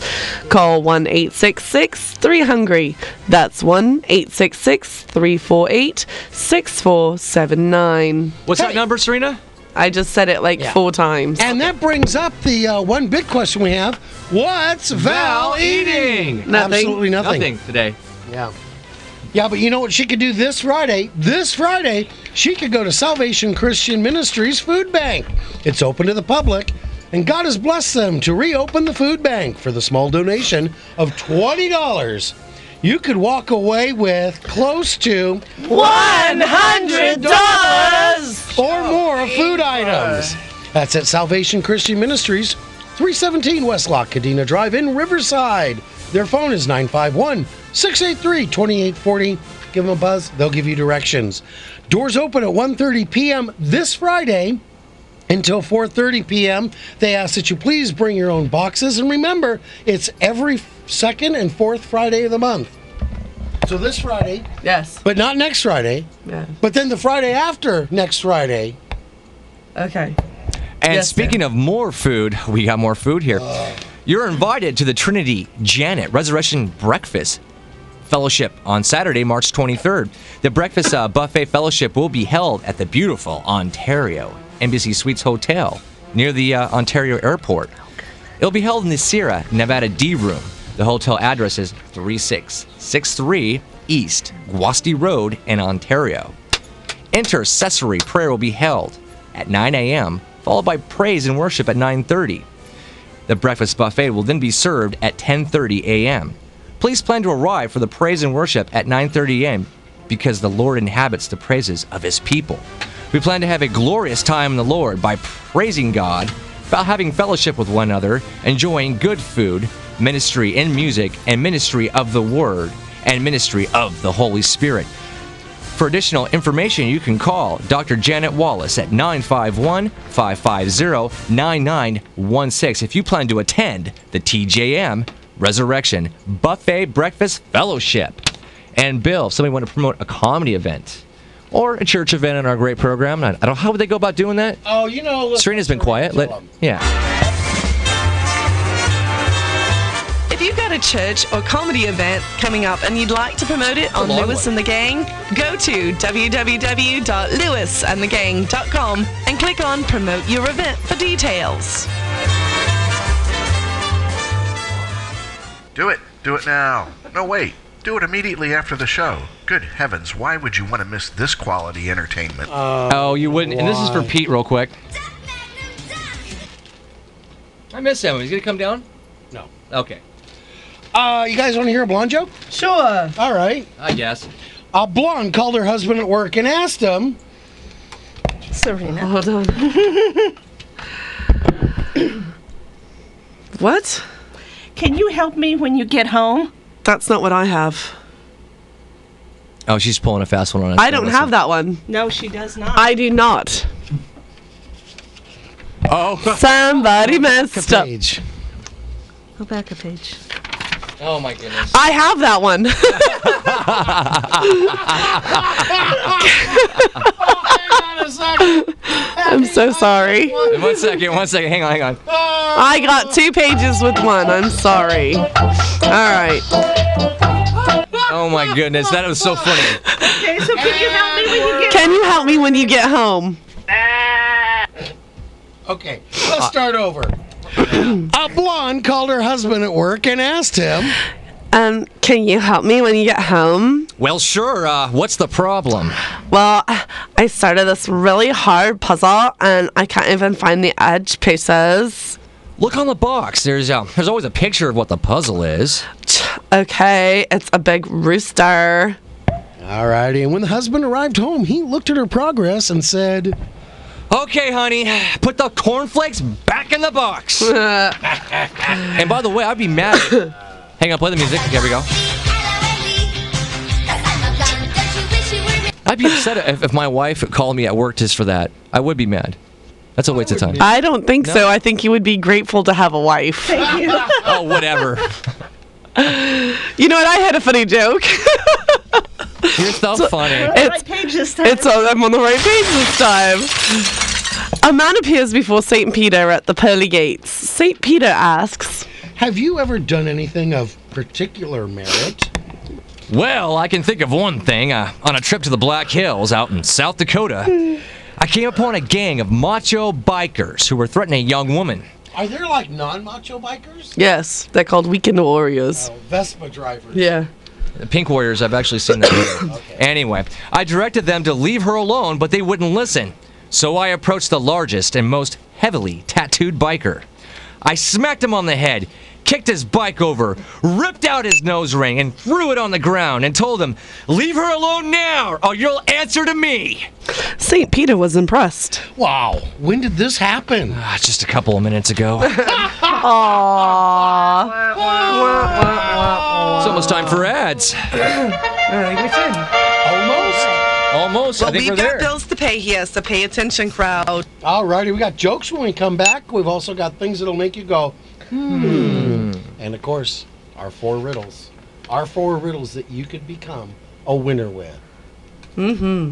Call 1 866 3 Hungry. That's 1 866 348 6479.
What's that number, Serena?
I just said it like
Yeah.
four times.
And that brings up the uh, one big question we have: What's Val eating? Absolutely nothing.
Nothing today.
Yeah. Yeah, but you know what she could do this Friday? This Friday, she could go to Salvation Christian Ministries Food Bank. It's open to the public, and God has blessed them to reopen the food bank for the small donation of $20. You could walk away with close to
$100
or more of food items. That's at Salvation Christian Ministries, 317 West La Cadena Drive in Riverside. Their phone is 951 683 2840. Give them a buzz, they'll give you directions. Doors open at 1:30 p.m. this Friday until 4:30 p.m. They ask that you please bring your own boxes and remember, it's every second and fourth Friday of the month. So this Friday,
Yes.
but not next Friday.
Yeah.
But then the Friday after next Friday.
Okay.
And speaking of more food, we got more food here. You're invited to the Trinity Janet Resurrection Breakfast Fellowship on Saturday, March 23rd. The Breakfast uh, Buffet Fellowship will be held at the beautiful Ontario Embassy Suites Hotel near the uh, Ontario Airport. It'll be held in the Sierra Nevada D Room. The hotel address is 3663 East Guasti Road in Ontario. Intercessory prayer will be held at 9 a.m., followed by praise and worship at 9:30. The breakfast buffet will then be served at 10:30 a.m. Please plan to arrive for the praise and worship at 9:30 a.m. because the Lord inhabits the praises of his people. We plan to have a glorious time in the Lord by praising God, by having fellowship with one another, enjoying good food, ministry in music, and ministry of the word and ministry of the Holy Spirit. For additional information, you can call Dr. Janet Wallace at 951 550 9916 if you plan to attend the TJM Resurrection Buffet Breakfast Fellowship. And Bill, if somebody want to promote a comedy event or a church event in our great program, I I don't how would they go about doing that?
Oh, you know. listen,
Serena's been quiet. Let, yeah.
If you've got a church or comedy event coming up and you'd like to promote it on
long
Lewis and the Gang, go to www.lewisandthegang.com and click on Promote Your Event for details.
Do it. Do it now. No, wait. Do it immediately after the show. Good heavens, why would you want to miss this quality entertainment?
oh, you wouldn't. And this is for
why?
Pete, real quick. I miss him. He's going to come down?
No.
Okay.
Uh, you guys want to hear a blonde joke? Sure. All right.
I guess.
A blonde called her husband at work and
(laughs)
asked him.
Serena.
Hold on. what?
Can you help me when you get home?
That's not what I have.
Oh, she's pulling a fast one on us.
I don't have that one.
No, she does not.
I do not.
Oh. (laughs)
Somebody messed up.
Go back a page.
Oh, my goodness.
I have that one. (laughs)
Oh,
I'm so sorry.
one second, one second. Hang on, hang on.
I got two pages with one. I'm sorry. All right.
Oh my goodness, that was so funny.
Okay, so can you help me when you get
Can you help me when you get home?
Okay, let's start over. a blonde called her husband at work and asked him.
Um, can you help me when you get home?
Well, sure. Uh, what's the problem?
Well, I started this really hard puzzle and I can't even find the edge pieces.
Look on the box. There's uh, there's always a picture of what the puzzle is.
Okay, it's a big rooster.
All righty. And when the husband arrived home, he looked at her progress and said,
Okay, honey, put the cornflakes back in the box.
Uh,
and by the way, I'd be mad. At (coughs) Hang on, play the music. Here we go. I'd be upset if, if my wife called me at work just for that. I would be mad. That's a waste
(laughs)
of time.
I don't think
No.
so. I think you would be grateful to have a wife.
Thank you.
oh, whatever.
You know what? I had a funny
(laughs)
joke.
You're so funny.
We're on the right page this time.
It's on, I'm on the right page this time. A man appears before St. Peter at the pearly gates. St. Peter asks,
Have you ever done anything of particular merit?
Well, I can think of one thing. Uh, on a trip to the Black Hills out in South Dakota, I came upon a gang of macho bikers who were threatening a young woman.
Are there like non macho bikers?
Yes, they're called weekend warriors.
Oh.
Vespa drivers.
Yeah.
The Pink Warriors, I've actually seen that. anyway, I directed them to leave her alone, but they wouldn't listen. So I approached the largest and most heavily tattooed biker. I smacked him on the head, kicked his bike over, ripped out his nose ring, and threw it on the ground and told him, Leave her alone now, or you'll answer to me.
St. Peter was impressed.
Wow. When did this happen?
Ah, just a couple of
(laughs)
minutes ago.
Aww.
It's almost time for ads. Almost. I
Well,
think
we've
we're
got
there.
bills to pay here, so pay attention, crowd.
All righty. We got jokes when we come back. We've also got things that'll make you go, hmm. And of course, our four riddles. Our four riddles that you could become a winner with.
Mm-hmm.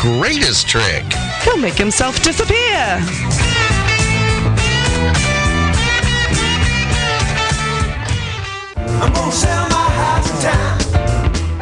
greatest trick.
He'll make himself disappear.
I'm gonna sell my house in town.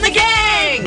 the gang!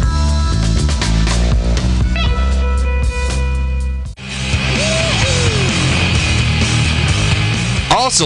Also,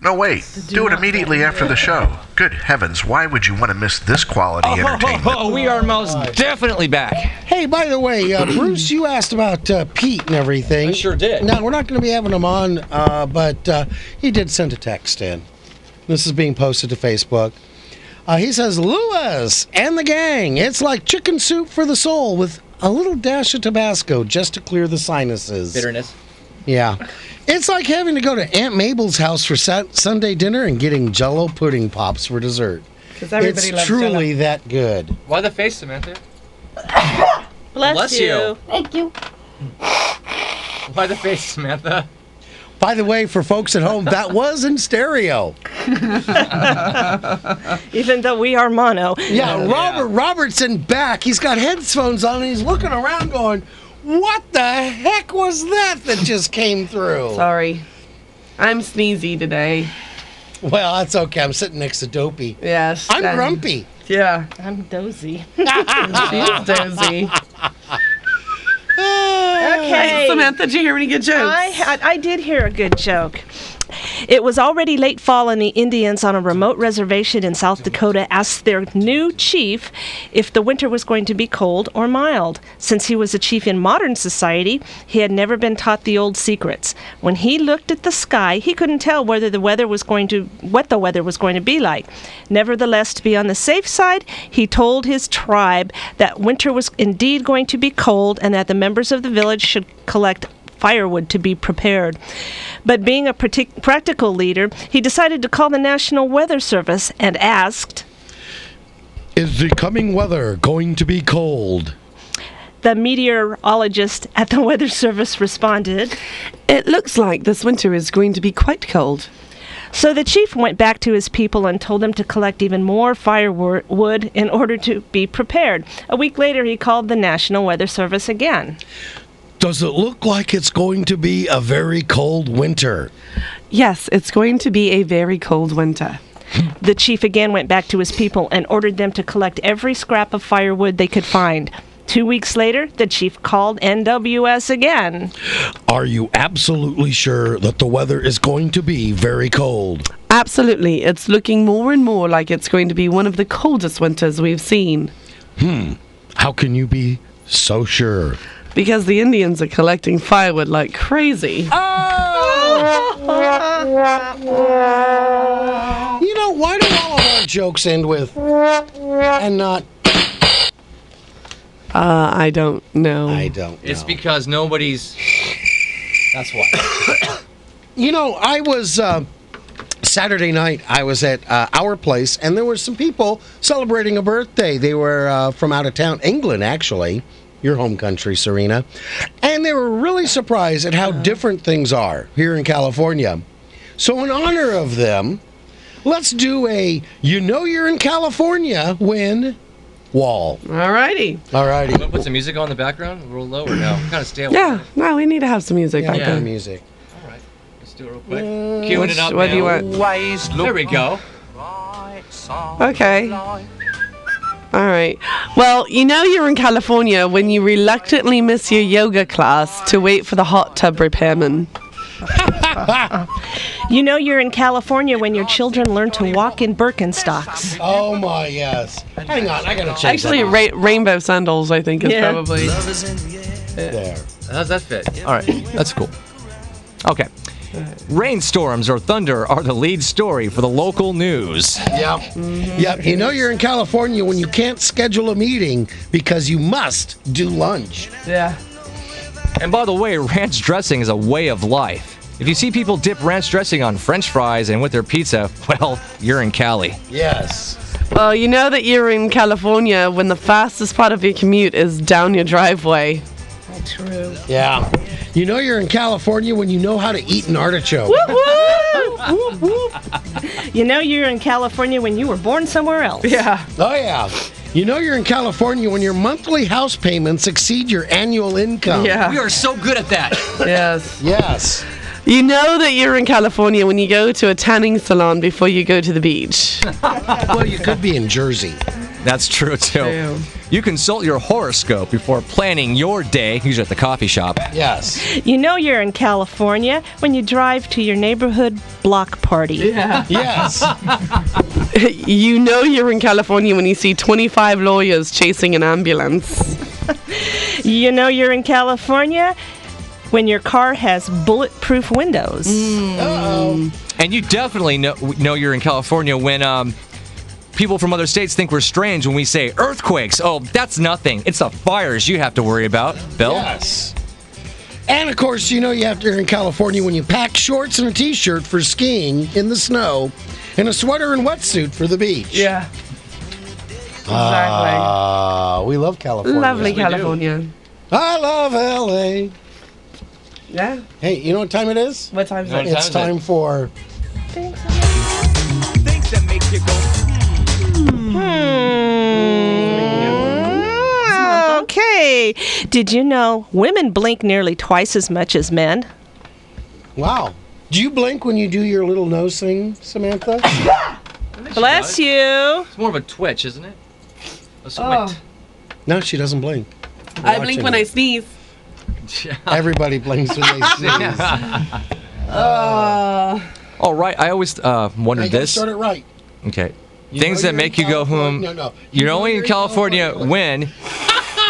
No, wait. Do it immediately after the show. Good heavens, why would you want to miss this quality entertainment?
Oh, we are most definitely back.
Hey, by the way, (clears throat) uh, Bruce, you asked about uh, Pete and everything. I sure did. Now, we're not going to be having him on, uh, but uh, he did send a text in. This is being posted to Facebook. Uh, he says, Lewis and the gang, it's like chicken soup for the soul with a little dash of Tabasco just to clear the sinuses.
Bitterness.
Yeah. It's like having to go to Aunt Mabel's house for sat- Sunday dinner and getting jello pudding pops for dessert.
'Cause everybody
it's
loves
truly that good.
Why the face, Samantha?
Bless,
Bless you.
Thank you.
Why the face, Samantha?
By the way, for folks at home, that was in stereo.
Even though we are mono.
(laughs) Yeah, Robert Robertson back. He's got headphones on and he's looking around going, What the heck was that that just came (laughs) through?
Sorry. I'm sneezy today.
Well, that's okay. I'm sitting next to Dopey.
Yes.
I'm
and-
grumpy.
Yeah.
I'm dozy.
She's dozy.
Okay.
Samantha, did you hear any good jokes?
I, had- I did hear a good joke. It was already late fall, and the Indians on a remote reservation in South Dakota asked their new chief if the winter was going to be cold or mild. Since he was a chief in modern society, he had never been taught the old secrets. When he looked at the sky, he couldn't tell whether the weather was going to what the weather was going to be like. Nevertheless, to be on the safe side, he told his tribe that winter was indeed going to be cold, and that the members of the village should collect firewood to be prepared. But being a partic- practical leader, he decided to call the National Weather Service and asked.
Is the coming weather going to be cold?
The meteorologist at the (laughs) Weather Service responded.
It looks like this winter is going to be quite cold.
So the chief went back to his people and told them to collect even more firewood in order to be prepared. A week later, he called the National Weather Service again.
Does it look like it's going to be a very cold winter?
Yes, it's going to be a very cold winter.
The chief again went back to his people and ordered them to collect every scrap of firewood they could find. Two weeks later, the chief called NWS again.
Are you absolutely sure that the weather is going to be very cold?
Absolutely, it's looking more and more like it's going to be one of the coldest winters we've seen.
Hmm. How can you be so sure?
Because the Indians are collecting firewood like crazy.
Oh.
You know, why do all of our jokes end with and not?
Uh, I don't know. I
don't.
It's because nobody's. That's why.
You know, I was uh, Saturday night. I was at uh, our place, and there were some people celebrating a birthday. They were uh, from out of town, England, actually, your home country, Serena, and they were really surprised at how different things are here in California. So, in honor of them, let's do a "You know you're in California" when wall.
All righty.
All righty.
I'm gonna put some music on in the background. We're a little lower now. Kind of stale.
Yeah, no, we need to have some music
Yeah,
back
yeah.
there.
Music.
Let's do it real quick. Cueing it
which-
up.
what
now.
do you want?
There we go.
Okay. All right. Well, you know you're in California when you reluctantly miss your yoga class to wait for the hot tub repairman.
You know you're in California when your children learn to walk in Birkenstocks.
Oh my yes. Hang on, I gotta check.
Actually, ra- rainbow sandals, I think, is
Yeah.
probably.
Love is in
There.
How's that fit?
All right, that's cool. Okay. Rainstorms or thunder are the lead story for the local news.
Yep. Yep. You know you're in California when you can't schedule a meeting because you must do lunch.
Yeah.
And by the way, ranch dressing is a way of life. If you see people dip ranch dressing on french fries and with their pizza, (laughs) well, you're in Cali.
Yes.
Well, you know that you're in California when the fastest part of your commute is down your driveway.
True.
Yeah. You know you're in California when you know how to eat an artichoke.
Whoop, whoop. You know you're in California when you were born somewhere
(laughs)
else.
Yeah.
Oh yeah. You know you're in California when your monthly house payments exceed your annual income.
We are so good at that.
yes.
Yes.
You know that you're in California when you go to a tanning salon before you go to the beach.
well, you could be in Jersey.
That's true too. You consult your horoscope before planning your day, usually at the coffee shop.
Yes.
You know you're in California when you drive to your neighborhood block party.
Yeah.
Yes.
you know you're in California when you see 25 lawyers chasing an ambulance.
You know you're in California when your car has bulletproof windows.
oh
And you definitely know know you're in California when um, people from other states think we're strange when we say earthquakes. Oh, that's nothing. It's the fires you have to worry about, Bill.
Yes. And of course, you know you have to you're in California when you pack shorts and a t-shirt for skiing in the snow and a sweater and wetsuit for the beach.
Yeah.
Exactly. Ah. Oh, we love California.
Lovely California.
I love LA.
Yeah.
Hey, you know what time it is?
What time
is What it? time
It's
is
time for
Mm.
Okay. Did you know women blink nearly twice as much as men?
Wow. Do you blink when you do your little nose thing,
(laughs)
Samantha?
Bless you.
It's more of a twitch, isn't it? A sweat.
no, she doesn't blink.
I blink when I sneeze.
Everybody blinks when
(laughs)
they sneeze.
Uh,
All right. I always uh, wondered
gotta
this.
start it right.
Okay. Things that make you go home.
No, no.
You're, only in California, when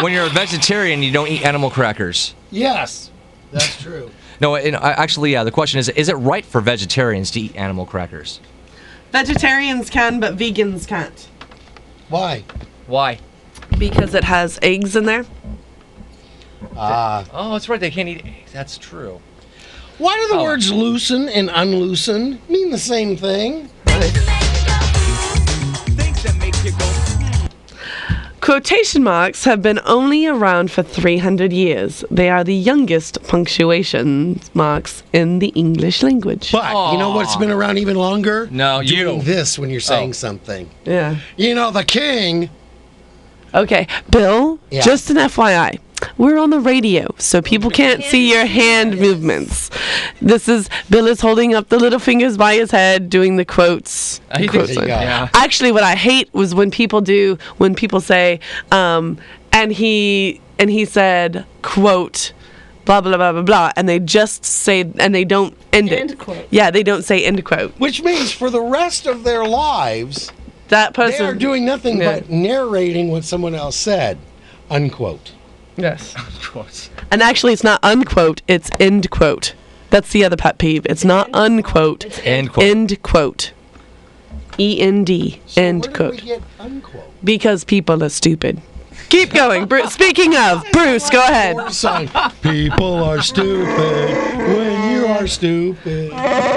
when you're a vegetarian you don't eat animal crackers.
Yes, that's true.
No, and I, actually, yeah. The question is: Is it right for vegetarians to eat animal crackers?
vegetarians can, but vegans can't.
Why?
Why?
Because it has eggs in there.
Ah.
Oh, that's right. They can't eat eggs. That's true.
Why do the
Oh.
words loosen and unloosen mean the same thing?
Quotation marks have been only around for 300 years. They are the youngest punctuation marks in the English language.
But you know what's been around even longer?
No,
Doing
you. Oh.
this when you're saying something.
Yeah.
You know, the king.
Okay, Bill,
Yeah.
just an FYI. We're on the radio, so people can't see your hand movements. This is Bill is holding up the little fingers by his head, doing the quotes.
I think
quote
so,
sign.
yeah.
Actually, what I hate was when people do when people say, um, and he and he said, quote, blah blah blah blah blah, and they just say and they don't end, it.
End quote.
Yeah, they don't say end quote.
Which means for the rest of their lives,
that
person they are doing nothing
Yeah.
but narrating what someone else said. Unquote.
Yes.
Of course.
And actually, it's not unquote, it's end quote. That's the other pet peeve. It's not unquote.
end quote.
End quote. E N D. End quote. Because people are stupid. Keep going.
(laughs)
Bru- Speaking of, Bruce, go ahead.
People are stupid when you are stupid.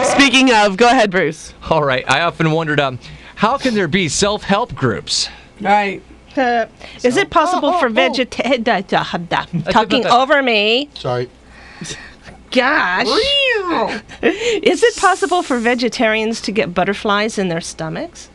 Speaking of, go ahead, Bruce.
All right. I often wondered, um, how can there be self-help groups?
Right.
Uh, is it
oh,
possible for (laughs) vegetarian talking over me?
Sorry.
Gosh. (laughs) is it possible for vegetarians to get butterflies in their stomachs?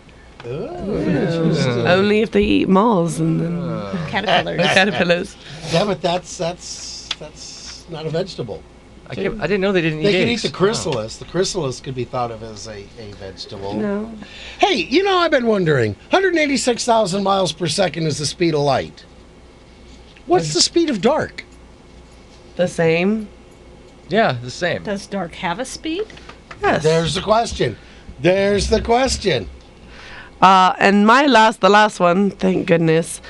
Only if they eat moths and then
Caterpillars.
caterpillars.
Yeah, but that's that's that's not a vegetable.
I, can't- I didn't know they didn't eat
They could eat
eggs.
the
Wow.
chrysalis. The chrysalis could be thought of as a, a vegetable.
No.
Hey, you know, I've been wondering 186,000 miles per second is the speed of light. What's the speed of dark?
The same.
Oh. Yeah, the same.
Does dark have a speed?
There's the question. There's the question.
Uh, and my last, the last one, thank goodness.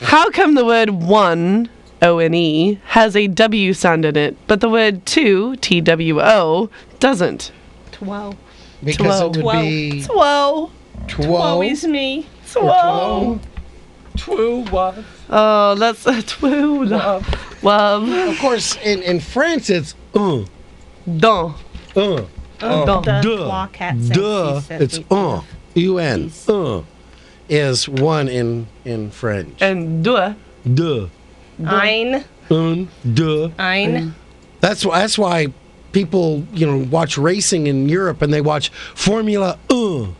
How come the word one, O N E, has a W sound in it, but the word two, T W O, doesn't?
Twelve.
Because it would be
Twelve.
twelve.
is me.
or
Twelve.
Twoo love.
Oh, let's twoo love. Love.
Of course, in, in France it's un.
Dun.
Un.
Oh,
Un.
the
Duh.
clock at
Duh.
60
It's uh,
centimeters.
un. U-N. Un. Uh, Is one in, in French.
And duh.
Duh.
Ein.
Un. Duh.
Ein.
That's why. That's why people, you know, watch racing in Europe and they watch Formula Un.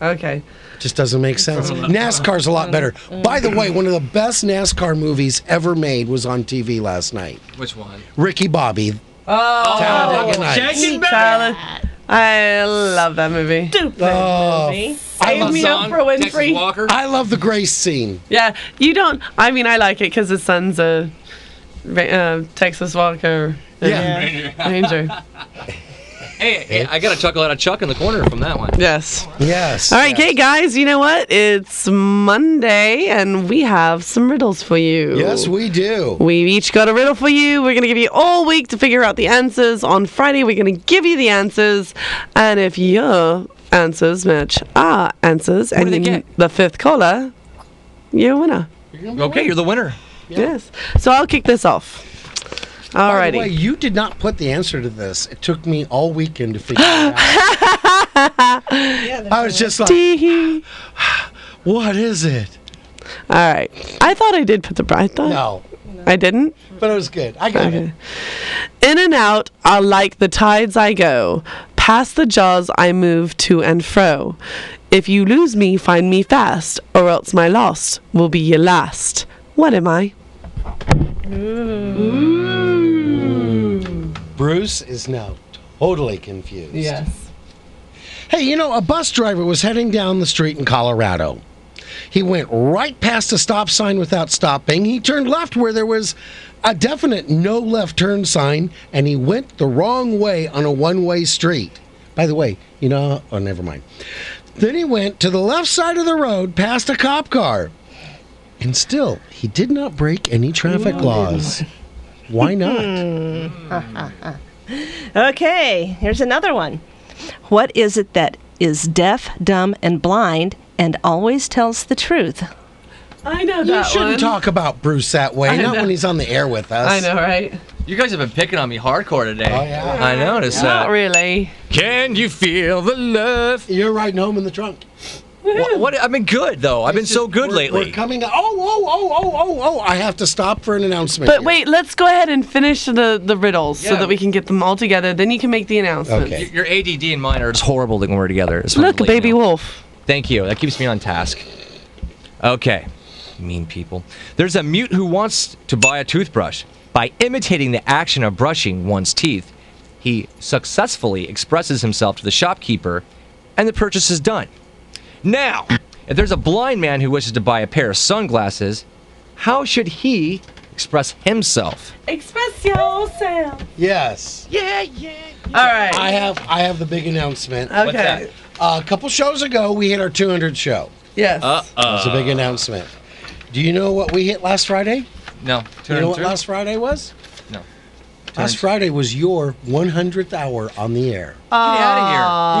Okay.
Just doesn't make sense. NASCAR's a lot better. By the way, one of the best NASCAR movies ever made was on TV last night.
Which one?
Ricky Bobby.
Oh,
Talladega Nights.
Jackie Talladega. I love that movie.
Stupid
Oh,
movie.
I love
Save me, Oprah Winfrey.
I love the Grace scene.
Yeah, you don't. I mean, I like it because his son's a ra- uh, Texas Walker uh,
Yeah. (laughs)
Ranger.
Hey, hey, I got a chuckle out of Chuck in the corner from that one.
Yes.
Yes.
All right, hey guys, you know what? It's Monday and we have some riddles for you.
Yes, we do.
We've each got a riddle for you. We're going to give you all week to figure out the answers. On Friday, we're going to give you the answers. And if your answers match our answers and you get? the fifth caller, you're a winner.
Okay, you're the winner.
Yes. So I'll kick this off. Alrighty.
By the way, you did not put the answer to this. It took me all weekend to figure
(laughs)
it out. I was just like, what
(laughs)
is it?
All right. I thought I did put the I thought.
No.
I didn't.
But it was good. I got it.
In and out are like the tides I go. Past the jaws I move to and fro. If you lose me, find me fast, or else my lost will be your last. What am I?
Bruce is now totally confused.
Yes.
Hey, you know, a bus driver was heading down the street in Colorado. He went right past a stop sign without stopping. He turned left where there was a definite no left turn sign, and he went the wrong way on a one way street. By the way, you know, oh, never mind. Then he went to the left side of the road past a cop car. And still, he did not break any traffic laws. Why not?
Okay, here's another one. What is it that is deaf, dumb, and blind and always tells the truth?
I know
You shouldn't talk about Bruce that way.
(laughs) I
not
know.
when he's on the air with us.
right?
You guys have been picking on me hardcore today. Oh, yeah. I noticed that.
Uh,
Not really.
Can you feel the love?
You're riding home in the trunk.
What, what- I've been good though. I've been so good
We're-
lately.
We're coming. To, oh, oh, oh, oh, oh, oh! I have to stop for an announcement.
But
here.
wait, let's go ahead and finish the, the riddles so
Yeah.
that we can get them all together. Then you can make the announcements.
Y- Your ADD and mine are it's horrible when we're together. It's hard
Look,
to let you
baby
know.
wolf.
Thank you. That keeps me on task. Okay. Mean people. There's a mute who wants to buy a toothbrush. By imitating the action of brushing one's teeth, he successfully expresses himself to the shopkeeper, and the purchase is done. Now, if there's a blind man who wishes to buy a pair of sunglasses, how should he express himself?
Express yourself.
Yes.
Yeah, yeah. All right.
I have I have the big announcement.
Okay.
Uh,
What's that?
a couple shows ago, we hit our 200 show.
Yes.
That was a
Uh.
big announcement. Do you know what we hit last Friday?
No.
Do you know what last Friday was?
No.
Last Friday was your 100th hour on the air.
Get out of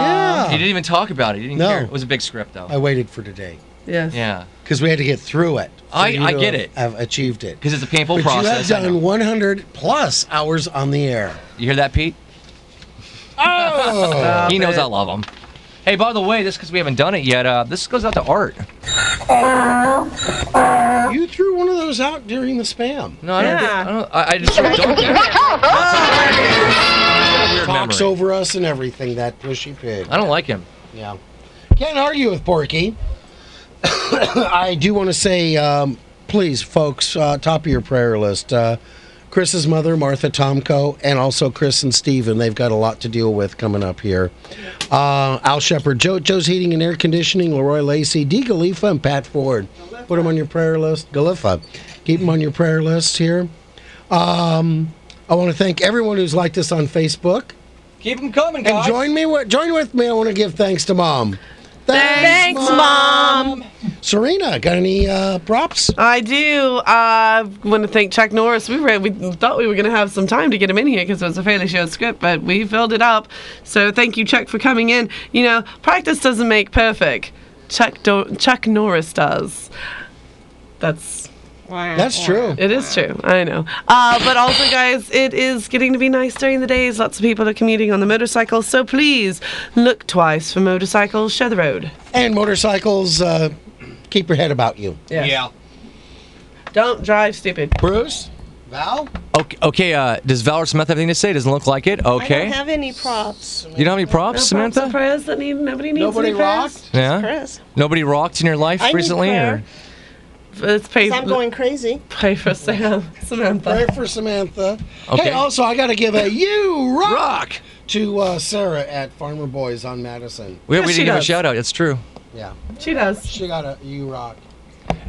here.
Yeah.
He didn't even talk about it. He didn't
Ah. No.
care. It was a big script, though.
I waited for today.
Yes.
Yeah.
Because we had to get through it. for
I-
you
I
to
get
have-
it.
Have achieved it.
Because it's a painful
but
process.
you
I
have
know.
done 100 plus hours on the air.
You hear that, (laughs) Pete?
Oh.
he knows I love him. Hey, by the way, just because we haven't done it yet, uh, this goes out to Art.
You threw one of those out during the spam.
No, I don't. think- I, don't I, I
(laughs)
just don't. get it. weird
Talks
memory.
over us and everything. That pushy pig.
I don't like him.
Yeah. Can't argue with Porky. (coughs) I do want to say, um, please, folks, uh, top of your prayer list. Uh, Chris's mother, Martha Tomko, and also Chris and Steven. They've got a lot to deal with coming up here. Uh, Al Shepard, Joe, Joe's Heating and Air Conditioning, Leroy Lacey, D. Galifa, and Pat Ford. Put them on your prayer list. Galifa. Keep them on your prayer list here. Um, I want to thank everyone who's liked us on Facebook.
Keep him coming,
And
guys.
join me. wi- Join with me. I want to give thanks to mom.
Thanks, Mom.
Serena, got any uh, props?
Oh,
I do. I want to thank Chuck Norris. We were, we thought we were going to have some time to get him in here because it was a fairly short script, but we filled it up. So thank you, Chuck, for coming in. You know, practice doesn't make perfect. Chuck Do- Chuck Norris does. That's
That's true.
It is true. I know. Uh, but also, guys, it is getting to be nice during the days. Lots of people are commuting on the motorcycle, so please look twice for motorcycles. Share the road.
And motorcycles, uh, keep your head about you.
Yeah. Don't drive stupid.
Bruce? Val?
Okay, okay uh, does Valor Smith have anything to say? Doesn't look like it.
I
Okay.
don't have any props.
you don't have any props, Samantha?
No prayers that need nobody needs
Nobody
any prayers.
yeah.
Chris.
Nobody rocked in your life
I need
recently, or
prayer.
Let's pray.
I'm going crazy.
Pray for Sam, (laughs) Samantha.
Pray for Samantha. Hey,
Okay.
also, I got to
(laughs)
give a you rock, to uh, Sarah at Farmer Boys on Madison.
we, we didn't give a shout out. It's true.
Yeah.
She does.
She got a you rock.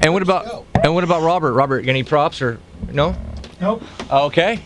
And what about and what about Robert? Robert, any props or no?
Nope.
Okay.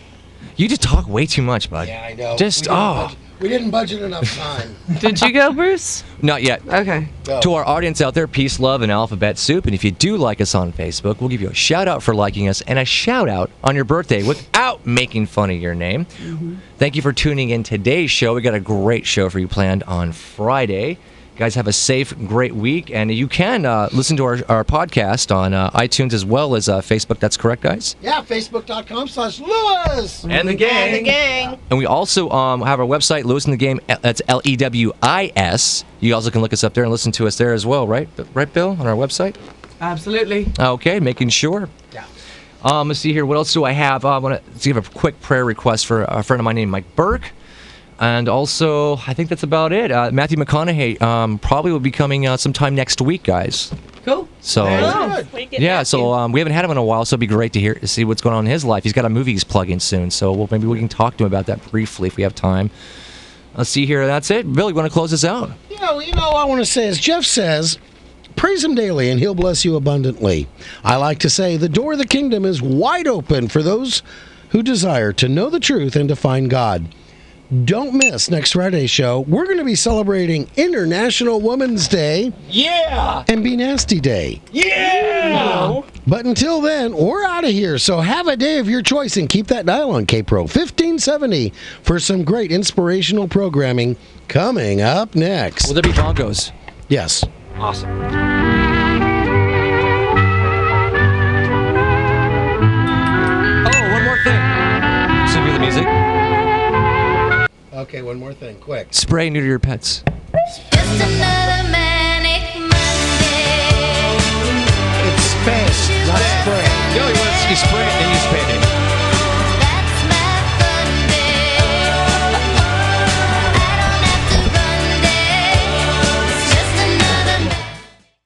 You just talk way too much, bud.
Yeah, I know.
Just
We didn't
oh.
budget- we didn't budget enough time.
Did you go, Bruce?
Not yet.
Okay.
(laughs) To our audience out there, peace, love, and alphabet soup. And if you do like us on Facebook, we'll give you a shout out for liking us and a shout out on your birthday without making fun of your name.
Mm-hmm.
Thank you for tuning in today's show. We got a great show for you planned on Friday. Guys, have a safe, great week. And you can uh, listen to our, our podcast on uh, iTunes as well as uh, Facebook. That's correct, guys.
Yeah, facebook.com slash Lewis.
And the gang.
And the gang.
And we also um, have our website, Lewis in the Game. uh, That's L E W I S. You also can look us up there and listen to us there as well, right? Right, Bill, on our website?
Absolutely.
Okay, making sure.
Yeah.
Um, let's see here. What else do I have? Uh, I want to give a quick prayer request for a friend of mine named Mike Burke. And also, I think that's about it. Uh, Matthew McConaughey um, probably will be coming uh, sometime next week, guys.
Cool.
So,
Oh.
yeah, so um, we haven't had him in a while, so it'd be great to hear to see what's going on in his life. He's got a movie he's plugging soon, so we'll, maybe we can talk to him about that briefly if we have time. Let's see here. That's it. Bill, you want to close this out?
You know, you know, I want to say, as Jeff says, praise him daily and he'll bless you abundantly. I like to say, the door of the kingdom is wide open for those who desire to know the truth and to find God. Don't miss next Friday's show. We're going to be celebrating International Women's Day.
Yeah!
And Be Nasty Day.
Yeah!
But until then, we're out of here. So have a day of your choice and keep that dial on KPRO 1570 for some great inspirational programming coming up next. Will
there be bongos?
Yes.
Awesome. Oh, one more thing. So be the music.
Okay, one more thing, quick.
Spray neuter your pets.
It's space, not spray.
Yo, he wants to spray and